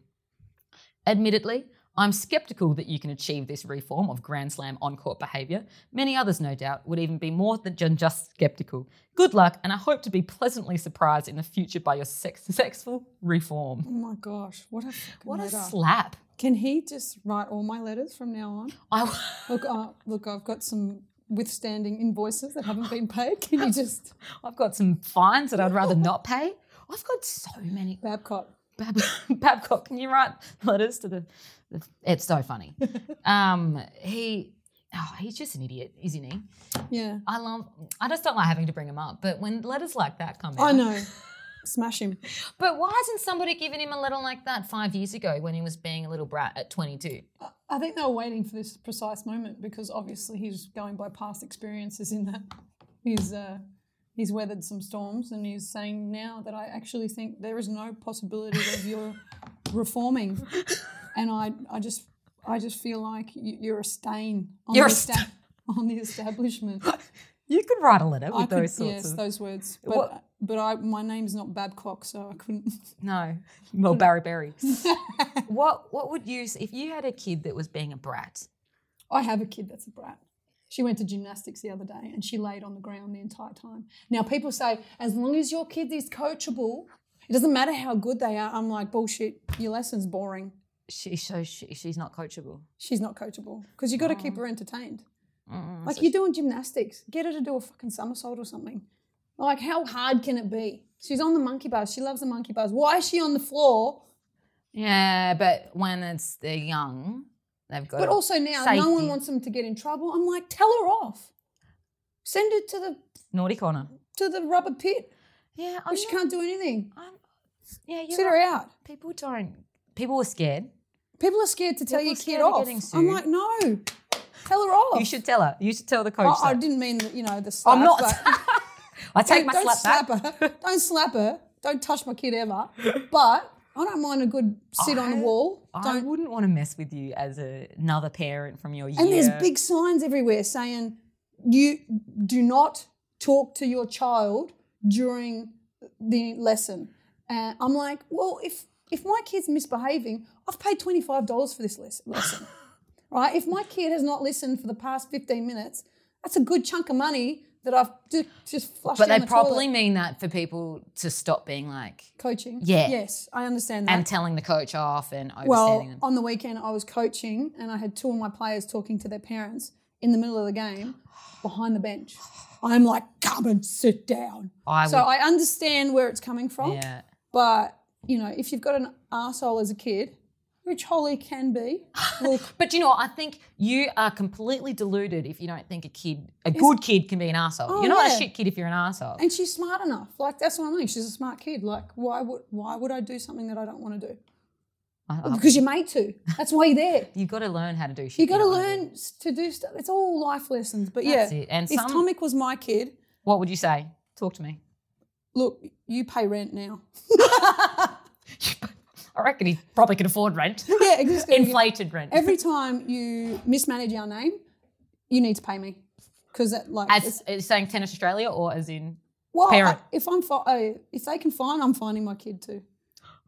Speaker 1: Admittedly, I'm skeptical that you can achieve this reform of Grand Slam on court behaviour. Many others, no doubt, would even be more than ju- just skeptical. Good luck, and I hope to be pleasantly surprised in the future by your sex- sexful reform.
Speaker 2: Oh my gosh, what a fucking
Speaker 1: What a
Speaker 2: letter.
Speaker 1: slap.
Speaker 2: Can he just write all my letters from now on?
Speaker 1: I,
Speaker 2: Look, uh, look, I've got some withstanding invoices that haven't been paid.
Speaker 1: [LAUGHS]
Speaker 2: Can you just
Speaker 1: [LAUGHS] I've got some fines that I'd rather not pay. I've got so many. [LAUGHS]
Speaker 2: Babcock?
Speaker 1: Bab- Babcock, can you write letters to the? the it's so funny. Um, he, oh, he's just an idiot, isn't he?
Speaker 2: Yeah,
Speaker 1: I love. I just don't like having to bring him up. But when letters like that come out,
Speaker 2: I know. Smash him.
Speaker 1: But why hasn't somebody given him a letter like that five years ago when he was being a little brat at 22?
Speaker 2: I think they were waiting for this precise moment because obviously he's going by past experiences in that he's uh, he's weathered some storms and he's saying now that I actually think there is no possibility of your reforming, and I I just I just feel like y- you're a stain on
Speaker 1: You're
Speaker 2: the
Speaker 1: a sta-
Speaker 2: esta- on
Speaker 1: [LAUGHS]
Speaker 2: the establishment.
Speaker 1: You could write a letter with
Speaker 2: I could-
Speaker 1: those sorts
Speaker 2: yes,
Speaker 1: of.
Speaker 2: those words. But
Speaker 1: What-
Speaker 2: but I my name's not Babcock, so I couldn't.
Speaker 1: no, well Barry [LAUGHS] Berry. what What would you s- if you had a kid that was being a brat?
Speaker 2: I have a kid that's a brat. She went to gymnastics the other day and she laid on the ground the entire time. Now people say, as long as your kid is coachable, it doesn't matter how good they are. I'm like, bullshit. Your lesson's boring.
Speaker 1: She so she, she's not coachable.
Speaker 2: She's not coachable because you got to keep her entertained.
Speaker 1: Mm. Mm-mm.
Speaker 2: Like you're doing gymnastics, get her to do a fucking somersault or something. Like how hard can it be? She's on the monkey bars. She loves the monkey bars. Why is she on the floor?
Speaker 1: Yeah, but when it's they're young, they've got.
Speaker 2: But
Speaker 1: to-
Speaker 2: also now, no one
Speaker 1: safety.
Speaker 2: wants them to get in trouble. I'm like, tell her off. Send her to the
Speaker 1: naughty corner.
Speaker 2: to the rubber pit.
Speaker 1: Yeah, I'm
Speaker 2: But Oh, she
Speaker 1: not-
Speaker 2: can't do anything.
Speaker 1: I'm, yeah, you're
Speaker 2: Sit
Speaker 1: right.
Speaker 2: her out.
Speaker 1: People don't. People are scared.
Speaker 2: People are scared to tell
Speaker 1: People
Speaker 2: your
Speaker 1: are
Speaker 2: kid
Speaker 1: scared of
Speaker 2: off.
Speaker 1: getting
Speaker 2: I'm
Speaker 1: sued.
Speaker 2: like, no, tell her off.
Speaker 1: You should tell her. You should tell the coach.
Speaker 2: I, I
Speaker 1: that.
Speaker 2: didn't mean you know the slap.
Speaker 1: I'm not.
Speaker 2: but-
Speaker 1: I [LAUGHS] take my
Speaker 2: don't
Speaker 1: slap, back.
Speaker 2: her.
Speaker 1: [LAUGHS]
Speaker 2: Don't slap her. Don't touch my kid ever. But I don't mind a good sit on
Speaker 1: I-
Speaker 2: the wall.
Speaker 1: I
Speaker 2: Don't.
Speaker 1: wouldn't want to mess with you as a, another parent from your year.
Speaker 2: And there's big signs everywhere saying you do not talk to your child during the lesson. And I'm like, well, if if my kid's misbehaving, I've paid twenty five dollars for this les-
Speaker 1: [LAUGHS]
Speaker 2: lesson, right? If my kid has not listened for the past fifteen minutes, that's a good chunk of money that I've just, just flushed.
Speaker 1: But
Speaker 2: down
Speaker 1: they
Speaker 2: the
Speaker 1: probably
Speaker 2: toilet.
Speaker 1: mean that for people to stop being like
Speaker 2: coaching.
Speaker 1: Yeah.
Speaker 2: Yes, I understand that.
Speaker 1: and telling the coach off and overstanding
Speaker 2: Well,
Speaker 1: them.
Speaker 2: on the weekend I was coaching and I had two of my players talking to their parents in the middle of the game behind the bench. I'm like, come and sit down.
Speaker 1: I
Speaker 2: so I understand where it's coming from,
Speaker 1: Yeah.
Speaker 2: but you know, if you've got an arsehole as a kid, which Holly can be, look,
Speaker 1: [LAUGHS] But you know, what? I think you are completely deluded if you don't think a kid, a good kid, can be an asshole.
Speaker 2: Oh,
Speaker 1: you're not
Speaker 2: yeah.
Speaker 1: a shit kid if you're an asshole.
Speaker 2: and she's smart enough. Like that's what I mean. She's a smart kid. Like why would why would I do something that I don't want to do? Because you're made to. That's why you're there.
Speaker 1: You've got to learn how to do shit.
Speaker 2: You got to
Speaker 1: don't wanna do.
Speaker 2: learn s- to do stuff. It's all life lessons. But
Speaker 1: That's
Speaker 2: yeah,
Speaker 1: it. And
Speaker 2: if
Speaker 1: some-
Speaker 2: Tomic was my kid,
Speaker 1: What would you say? Talk to me. [LAUGHS]
Speaker 2: look, you pay rent now.
Speaker 1: All reckon he probably could afford
Speaker 2: [LAUGHS]
Speaker 1: rent,
Speaker 2: [LAUGHS] yeah, exactly.
Speaker 1: inflated rent.
Speaker 2: Every time you mismanage our name, you need to pay me because like it's-
Speaker 1: As uh, saying tennis Australia or as in
Speaker 2: well,
Speaker 1: parent.
Speaker 2: I- if I'm fi- oh, if they can find, I'm finding my kid too.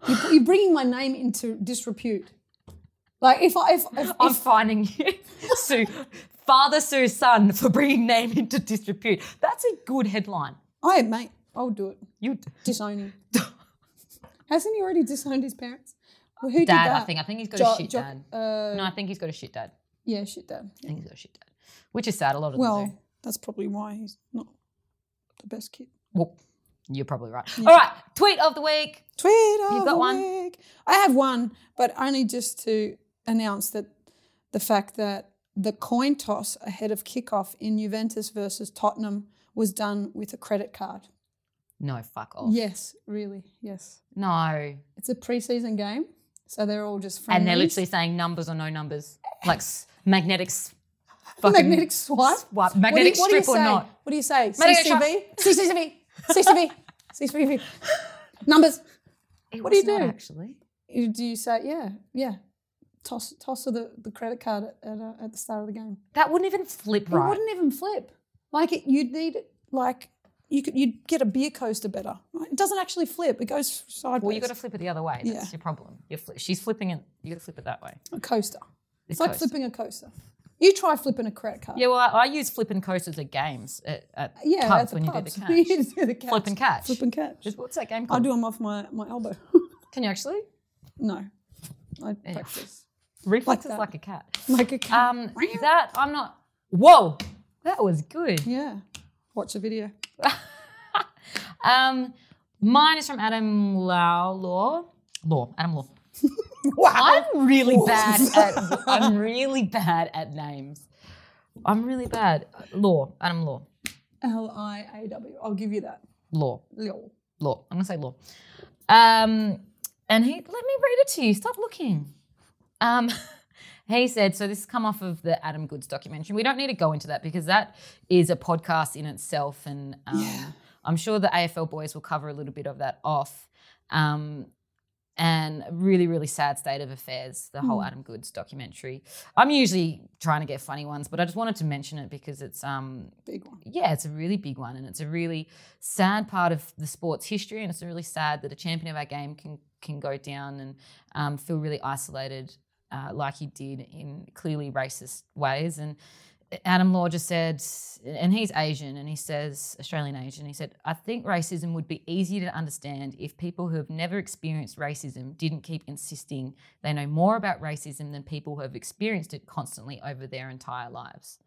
Speaker 2: You're, you're bringing my name into disrepute. Like if I if, if,
Speaker 1: I'm
Speaker 2: if
Speaker 1: finding
Speaker 2: [LAUGHS]
Speaker 1: you, Sue, father sues son for bringing name into disrepute. That's a good headline.
Speaker 2: I mate, I'll do it.
Speaker 1: You, [LAUGHS]
Speaker 2: Disowning. Hasn't he already disowned his parents? Well, who did
Speaker 1: dad,
Speaker 2: that?
Speaker 1: I think. I think he's got
Speaker 2: Jo-
Speaker 1: a shit
Speaker 2: Jo-
Speaker 1: dad.
Speaker 2: Uh,
Speaker 1: No, I think he's got a shit dad.
Speaker 2: Yeah, shit, dad.
Speaker 1: I think he's got a shit dad, which is sad. A lot of them do.
Speaker 2: Well, that's probably why he's not the best kid.
Speaker 1: Well, you're probably right. All right, tweet of the week.
Speaker 2: Tweet
Speaker 1: You've
Speaker 2: of
Speaker 1: got
Speaker 2: the
Speaker 1: one?
Speaker 2: week. I have one, but only just to announce that the fact that the coin toss ahead of kickoff in Juventus versus Tottenham was done with a credit card.
Speaker 1: No, fuck off.
Speaker 2: Yes, really, yes.
Speaker 1: No,
Speaker 2: It's a preseason game, so they're all just friendlies.
Speaker 1: and they're literally saying numbers or no numbers, like s- magnetic, s- fucking
Speaker 2: magnetic swipe.
Speaker 1: swipe,
Speaker 2: What do you-
Speaker 1: magnetic
Speaker 2: what do you
Speaker 1: strip or
Speaker 2: say?
Speaker 1: not.
Speaker 2: What do you say?
Speaker 1: Magnetic
Speaker 2: CCV, CCV, CCV, CCV. [LAUGHS] Numbers.
Speaker 1: It
Speaker 2: What do you
Speaker 1: was not
Speaker 2: do?
Speaker 1: actually?
Speaker 2: You- Do you say yeah, yeah? Toss toss of the, the credit card at at, uh, at the start of the game.
Speaker 1: That wouldn't even flip
Speaker 2: It
Speaker 1: right.
Speaker 2: wouldn't even flip. Like it, you'd need like you could you'd get a beer coaster better. It doesn't actually flip. It goes sideways.
Speaker 1: Well, you got to flip it the other way. That's
Speaker 2: Yeah.
Speaker 1: your problem. You're fli- she's flipping it. You got to flip it that way.
Speaker 2: a coaster. It's,
Speaker 1: It's
Speaker 2: like
Speaker 1: coaster.
Speaker 2: flipping a coaster. You try flipping a credit card.
Speaker 1: Yeah, well, I, I use flip and coasters at games at, at
Speaker 2: yeah.
Speaker 1: pubs
Speaker 2: at the
Speaker 1: when
Speaker 2: pubs. [LAUGHS]
Speaker 1: you do
Speaker 2: You
Speaker 1: the catch.
Speaker 2: do the catch.
Speaker 1: flip and catch.
Speaker 2: Flip and catch.
Speaker 1: Just- What's that game
Speaker 2: I
Speaker 1: called?
Speaker 2: do them off my my elbow. [LAUGHS]
Speaker 1: Can you actually?
Speaker 2: no, I practice
Speaker 1: Reflex is
Speaker 2: that.
Speaker 1: like a
Speaker 2: [LAUGHS]
Speaker 1: cat.
Speaker 2: like a cat.
Speaker 1: Um, that I'm not. Whoa, that was good.
Speaker 2: yeah. Watch the video.
Speaker 1: Um, mine is from Adam Lau Law. Law. Adam Law.
Speaker 2: [LAUGHS] Wow.
Speaker 1: I'm really
Speaker 2: [LAUGHS]
Speaker 1: bad at I'm really bad at names. I'm really bad. Law. Adam Law.
Speaker 2: L I A W. I'll give you that.
Speaker 1: Law.
Speaker 2: Lol.
Speaker 1: Law. I'm gonna say law. Um, and he let me read it to you. Stop looking. Um, [LAUGHS] he said, so this has come off of the Adam Goods documentary. We don't need to go into that because that is a podcast in itself, and um,
Speaker 2: Yeah.
Speaker 1: I'm sure the AFL boys will cover a little bit of that off. Um, and really, really sad state of affairs, the whole Adam Goods documentary. I'm usually trying to get funny ones, but I just wanted to mention it because it's um,
Speaker 2: Big one.
Speaker 1: yeah, it's a really big one, and it's a really sad part of the sport's history, and it's really sad that a champion of our game can can go down and um, feel really isolated, uh, like he did in clearly racist ways. And Adam Law just said, and he's Asian, and he says Australian Asian. He said, I think racism would be easier to understand if people who have never experienced racism didn't keep insisting they know more about racism than people who have experienced it constantly over their entire lives.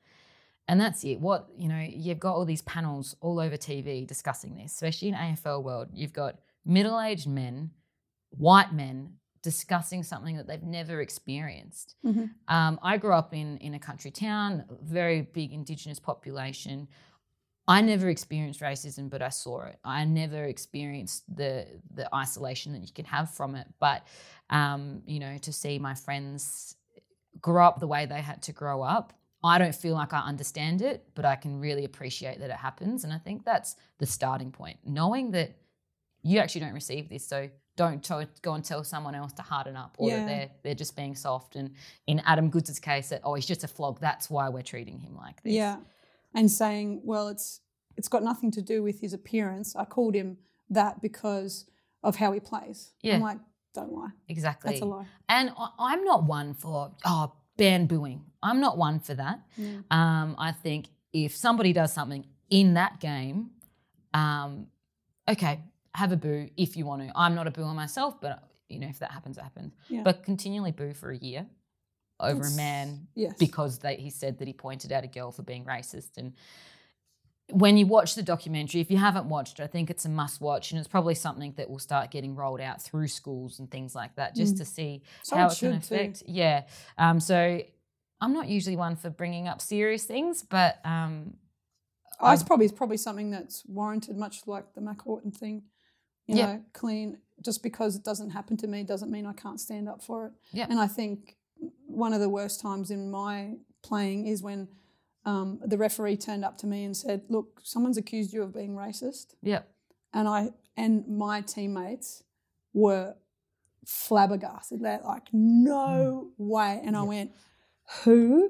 Speaker 1: And that's it. What you know, you've got all these panels all over TV discussing this, especially in AFL world. You've got middle-aged men, white men discussing something that they've never experienced.
Speaker 2: Mhm.
Speaker 1: Um, I grew up in in a country town, very big Indigenous population. I never experienced racism, but I saw it. I never experienced the the isolation that you can have from it. But um, you know, to see my friends grow up the way they had to grow up. I don't feel like I understand it, but I can really appreciate that it happens. And I think that's the starting point, knowing that you actually don't receive this. So don't to- go and tell someone else to harden up or
Speaker 2: Yeah.
Speaker 1: that they're, they're just being soft. And in Adam Goods' case, that, oh, he's just a flog. That's why we're treating him like this.
Speaker 2: Yeah. And saying, well, it's it's got nothing to do with his appearance. I called him that because of how he plays.
Speaker 1: Yeah.
Speaker 2: I'm like, don't lie.
Speaker 1: Exactly.
Speaker 2: That's a lie.
Speaker 1: And I- I'm not one for, oh, ban booing. I'm not one for that.
Speaker 2: No.
Speaker 1: Um, I think if somebody does something in that game, um, okay, have a boo if you want to. I'm not a booer myself, but you know if that happens, it happens.
Speaker 2: Yeah.
Speaker 1: But continually boo for a year over
Speaker 2: That's-
Speaker 1: a man
Speaker 2: Yes.
Speaker 1: because they, he said that he pointed out a girl for being racist. And when you watch the documentary, if you haven't watched it, I think it's a must watch, and it's probably something that will start getting rolled out through schools and things like that, just
Speaker 2: Mm.
Speaker 1: to see
Speaker 2: So
Speaker 1: how
Speaker 2: it
Speaker 1: it can
Speaker 2: should too.
Speaker 1: affect. Yeah. Um, so I'm not usually one for bringing up serious things, but um,
Speaker 2: Oh, it's probably it's probably something that's warranted, much like the McHorton thing. You
Speaker 1: Yeah.
Speaker 2: know, clean. Just because it doesn't happen to me doesn't mean I can't stand up for it.
Speaker 1: Yeah.
Speaker 2: And I think one of the worst times in my playing is when um, the referee turned up to me and said, "Look, someone's accused you of being racist,"
Speaker 1: yeah,
Speaker 2: and I and my teammates were flabbergasted. They're like, no
Speaker 1: Hmm.
Speaker 2: way. And I went, who,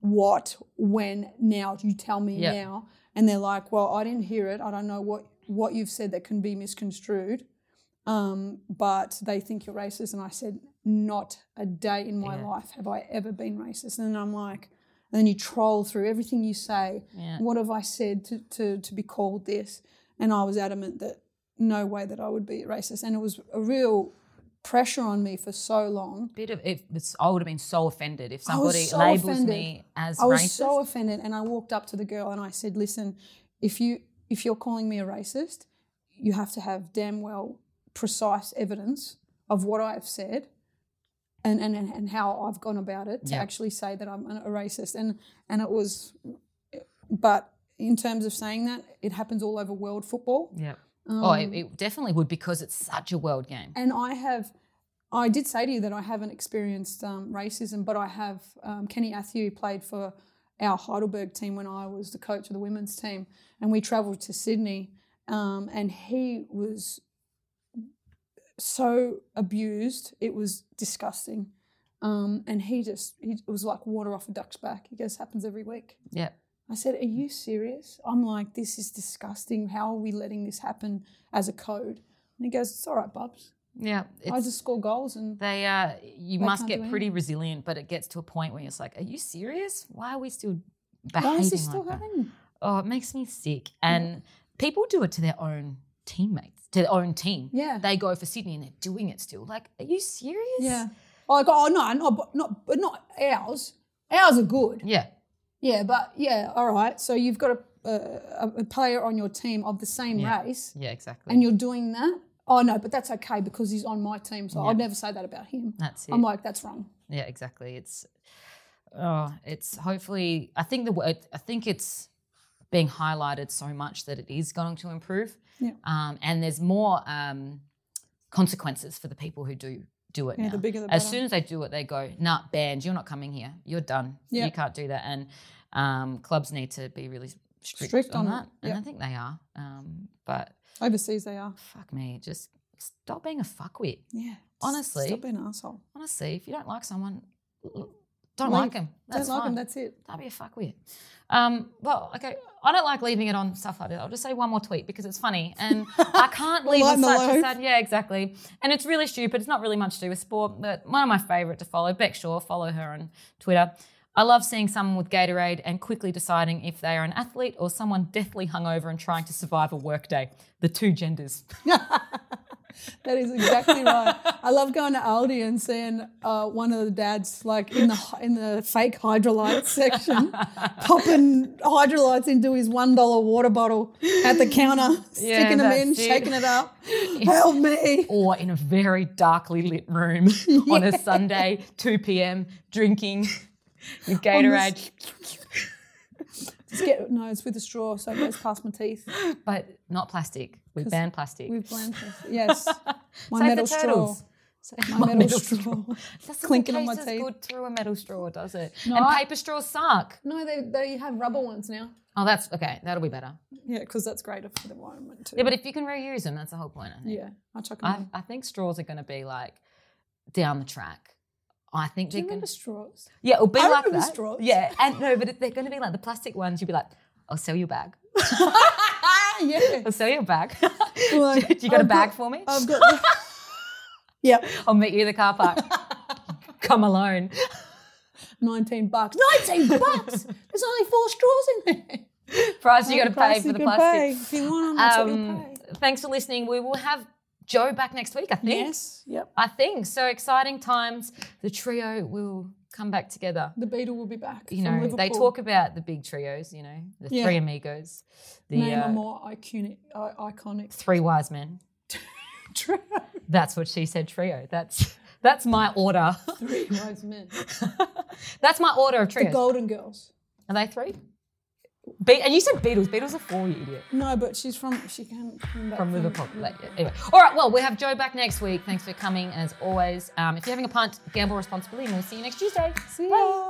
Speaker 2: what, when, now? You tell me
Speaker 1: Yeah.
Speaker 2: now. And they're like, well, I didn't hear it. I don't know what, what you've said that can be misconstrued. Um, but they think you're racist. And I said, not a day in my
Speaker 1: Yeah.
Speaker 2: life have I ever been racist. And I'm like, and then you troll through everything you say.
Speaker 1: Yeah.
Speaker 2: What have I said to, to, to be called this? And I was adamant that no way that I would be racist. And it was a real pressure on me for so long.
Speaker 1: Bit of it, it's, I would have been so offended if
Speaker 2: was
Speaker 1: somebody
Speaker 2: so
Speaker 1: labels
Speaker 2: offended.
Speaker 1: me as
Speaker 2: I was
Speaker 1: racist.
Speaker 2: so offended and I walked up to the girl and I said, Listen, if you if you're calling me a racist, you have to have damn well precise evidence of what I've said and, and, and and how I've gone about it to
Speaker 1: Yeah.
Speaker 2: actually say that I'm a racist. And and it was but in terms of saying that, it happens all over world football.
Speaker 1: yeah. oh, it, it definitely would because it's such a world game.
Speaker 2: Um, and I have, I did say to you that I haven't experienced um, racism, but I have. Um, Kenny Athew played for our Heidelberg team when I was the coach of the women's team, and we travelled to Sydney, um, and he was so abused, it was disgusting. Um, and he just, he, it was like water off a duck's back. He goes, happens every week.
Speaker 1: Yeah.
Speaker 2: I said, Are you serious? I'm like, This is disgusting. How are we letting this happen as a code? And he goes, It's all right, Bubs.
Speaker 1: Yeah. It's,
Speaker 2: I just score goals and
Speaker 1: they uh, you
Speaker 2: They
Speaker 1: must
Speaker 2: can't
Speaker 1: get
Speaker 2: do
Speaker 1: pretty resilient, but it gets to a point where it's like, are you serious? Why are we still behaving
Speaker 2: why is this still
Speaker 1: like that?
Speaker 2: happening?
Speaker 1: Oh, it makes me sick. And people do it to their own teammates, to their own team.
Speaker 2: Yeah.
Speaker 1: They go for Sydney and they're doing it still. Like, are you serious?
Speaker 2: Yeah. Oh, Like, oh no, no, but not but not ours. Ours are good.
Speaker 1: Yeah.
Speaker 2: Yeah, but yeah, all right. So you've got a a, a player on your team of the same
Speaker 1: Yeah.
Speaker 2: race
Speaker 1: Yeah, exactly.
Speaker 2: and you're doing that. Oh no, but that's okay because he's on my team, so I'd never say that about him.
Speaker 1: That's it.
Speaker 2: I'm like, that's wrong.
Speaker 1: Yeah, exactly. It's oh, it's hopefully I think the word I think it's being highlighted so much that it is going to improve.
Speaker 2: Yeah.
Speaker 1: Um, and there's more um, consequences for the people who do do it
Speaker 2: Yeah,
Speaker 1: now.
Speaker 2: the bigger the
Speaker 1: as
Speaker 2: better.
Speaker 1: soon as they do it, they go, nah, banned. You're not coming here. You're done.
Speaker 2: Yeah.
Speaker 1: You can't do that. And um, clubs need to be really strict,
Speaker 2: Strict
Speaker 1: on,
Speaker 2: on it.
Speaker 1: that. And
Speaker 2: Yeah.
Speaker 1: I think they are. Um, but
Speaker 2: Overseas they are.
Speaker 1: fuck me, just stop being a fuckwit.
Speaker 2: Yeah.
Speaker 1: Honestly.
Speaker 2: Stop being an asshole.
Speaker 1: Honestly, if you don't like someone, don't
Speaker 2: Leave.
Speaker 1: like them. That's
Speaker 2: Don't like
Speaker 1: fine.
Speaker 2: him, that's it.
Speaker 1: That'd be a fuck weird. Um, well, okay. I don't like leaving it on stuff like that. I'll just say one more tweet because it's funny and
Speaker 2: [LAUGHS]
Speaker 1: I can't leave
Speaker 2: Lighten
Speaker 1: on
Speaker 2: the
Speaker 1: such a
Speaker 2: load.
Speaker 1: sad. Yeah, exactly. And it's really stupid. It's not really much to do with sport, but one of my favorite to follow, Beck Shaw. Follow her on Twitter. I love seeing someone with Gatorade and quickly deciding if they are an athlete or someone deathly hungover and trying to survive a workday. The two genders.
Speaker 2: That is exactly right. I love going to Aldi and seeing uh, one of the dads like in the hy- in the fake
Speaker 1: [LAUGHS]
Speaker 2: hydrolyte section, popping hydrolytes into his one dollar water bottle at the
Speaker 1: [LAUGHS]
Speaker 2: counter, sticking them in,
Speaker 1: that's it.
Speaker 2: shaking
Speaker 1: [LAUGHS]
Speaker 2: it up. Help me!
Speaker 1: or in a very darkly lit
Speaker 2: [LAUGHS]
Speaker 1: room on a Sunday, 2 p.m., drinking
Speaker 2: [LAUGHS]
Speaker 1: your Gatorade,
Speaker 2: Just get no, it's with a straw, so it goes past my teeth.
Speaker 1: but not plastic. We ban plastic.
Speaker 2: With bland
Speaker 1: [LAUGHS]
Speaker 2: yes, my
Speaker 1: Save the
Speaker 2: metal straw.
Speaker 1: turtles.
Speaker 2: [LAUGHS] My metal, [LAUGHS] straw.
Speaker 1: Doesn't
Speaker 2: clinking
Speaker 1: taste
Speaker 2: on my
Speaker 1: as
Speaker 2: teeth.
Speaker 1: good through a metal straw, does it? and
Speaker 2: I-
Speaker 1: paper straws suck.
Speaker 2: No, they, they have rubber ones now.
Speaker 1: Oh, that's okay. That'll be better.
Speaker 2: Yeah, because that's greater for the environment too.
Speaker 1: Yeah, but if you can reuse them, that's the whole point. I think.
Speaker 2: Yeah, I chuck 'em
Speaker 1: I,
Speaker 2: in.
Speaker 1: I think straws are going to be like down the track. I think
Speaker 2: Do you
Speaker 1: they're going
Speaker 2: remember
Speaker 1: to. [LAUGHS]
Speaker 2: straws? [LAUGHS]
Speaker 1: Yeah, it'll be
Speaker 2: I
Speaker 1: like
Speaker 2: remember
Speaker 1: that.
Speaker 2: straws.
Speaker 1: Yeah, and no, but if they're going to be like the plastic ones. You'd be like, I'll sell you a bag.
Speaker 2: Ah, yeah.
Speaker 1: I'll sell you a
Speaker 2: [LAUGHS]
Speaker 1: bag. [LAUGHS]
Speaker 2: Like,
Speaker 1: Do you got a
Speaker 2: I've
Speaker 1: bag
Speaker 2: got-
Speaker 1: for me?
Speaker 2: I've got.
Speaker 1: [LAUGHS]
Speaker 2: yep,
Speaker 1: I'll meet you in the car
Speaker 2: [LAUGHS]
Speaker 1: park. Come alone.
Speaker 2: nineteen bucks. Nineteen bucks. [LAUGHS] There's only four straws in there.
Speaker 1: Price you got to pay
Speaker 2: Price
Speaker 1: for
Speaker 2: you
Speaker 1: the
Speaker 2: can
Speaker 1: plastic.
Speaker 2: pay. If you want 'em, that's what you
Speaker 1: Um, thanks for listening. We will have Joe back next week, I
Speaker 2: pay.
Speaker 1: think.
Speaker 2: Yes. Yep.
Speaker 1: I think. So exciting times. The trio will come back together.
Speaker 2: The beetle will be back.
Speaker 1: You know,
Speaker 2: from
Speaker 1: they
Speaker 2: Liverpool.
Speaker 1: talk about the big trios, you know, the
Speaker 2: Yeah.
Speaker 1: three amigos, the
Speaker 2: Name a
Speaker 1: uh,
Speaker 2: more iconic, uh, iconic [LAUGHS]
Speaker 1: three wise men.
Speaker 2: trio.
Speaker 1: [LAUGHS] That's what she said, trio. That's that's my order.
Speaker 2: Three [LAUGHS] wise men.
Speaker 1: [LAUGHS] that's my order of
Speaker 2: The
Speaker 1: trios.
Speaker 2: Golden Girls.
Speaker 1: Are they three? Be- and you said Beatles. Beatles are four, you idiot.
Speaker 2: No, but she's from. She came, came back
Speaker 1: From Liverpool. Like, yeah, Anyway. All right, well, we have Joe back next week. Thanks for coming, as always. Um, if you're having a punt, gamble responsibly, and we'll see you next Tuesday.
Speaker 2: See ya.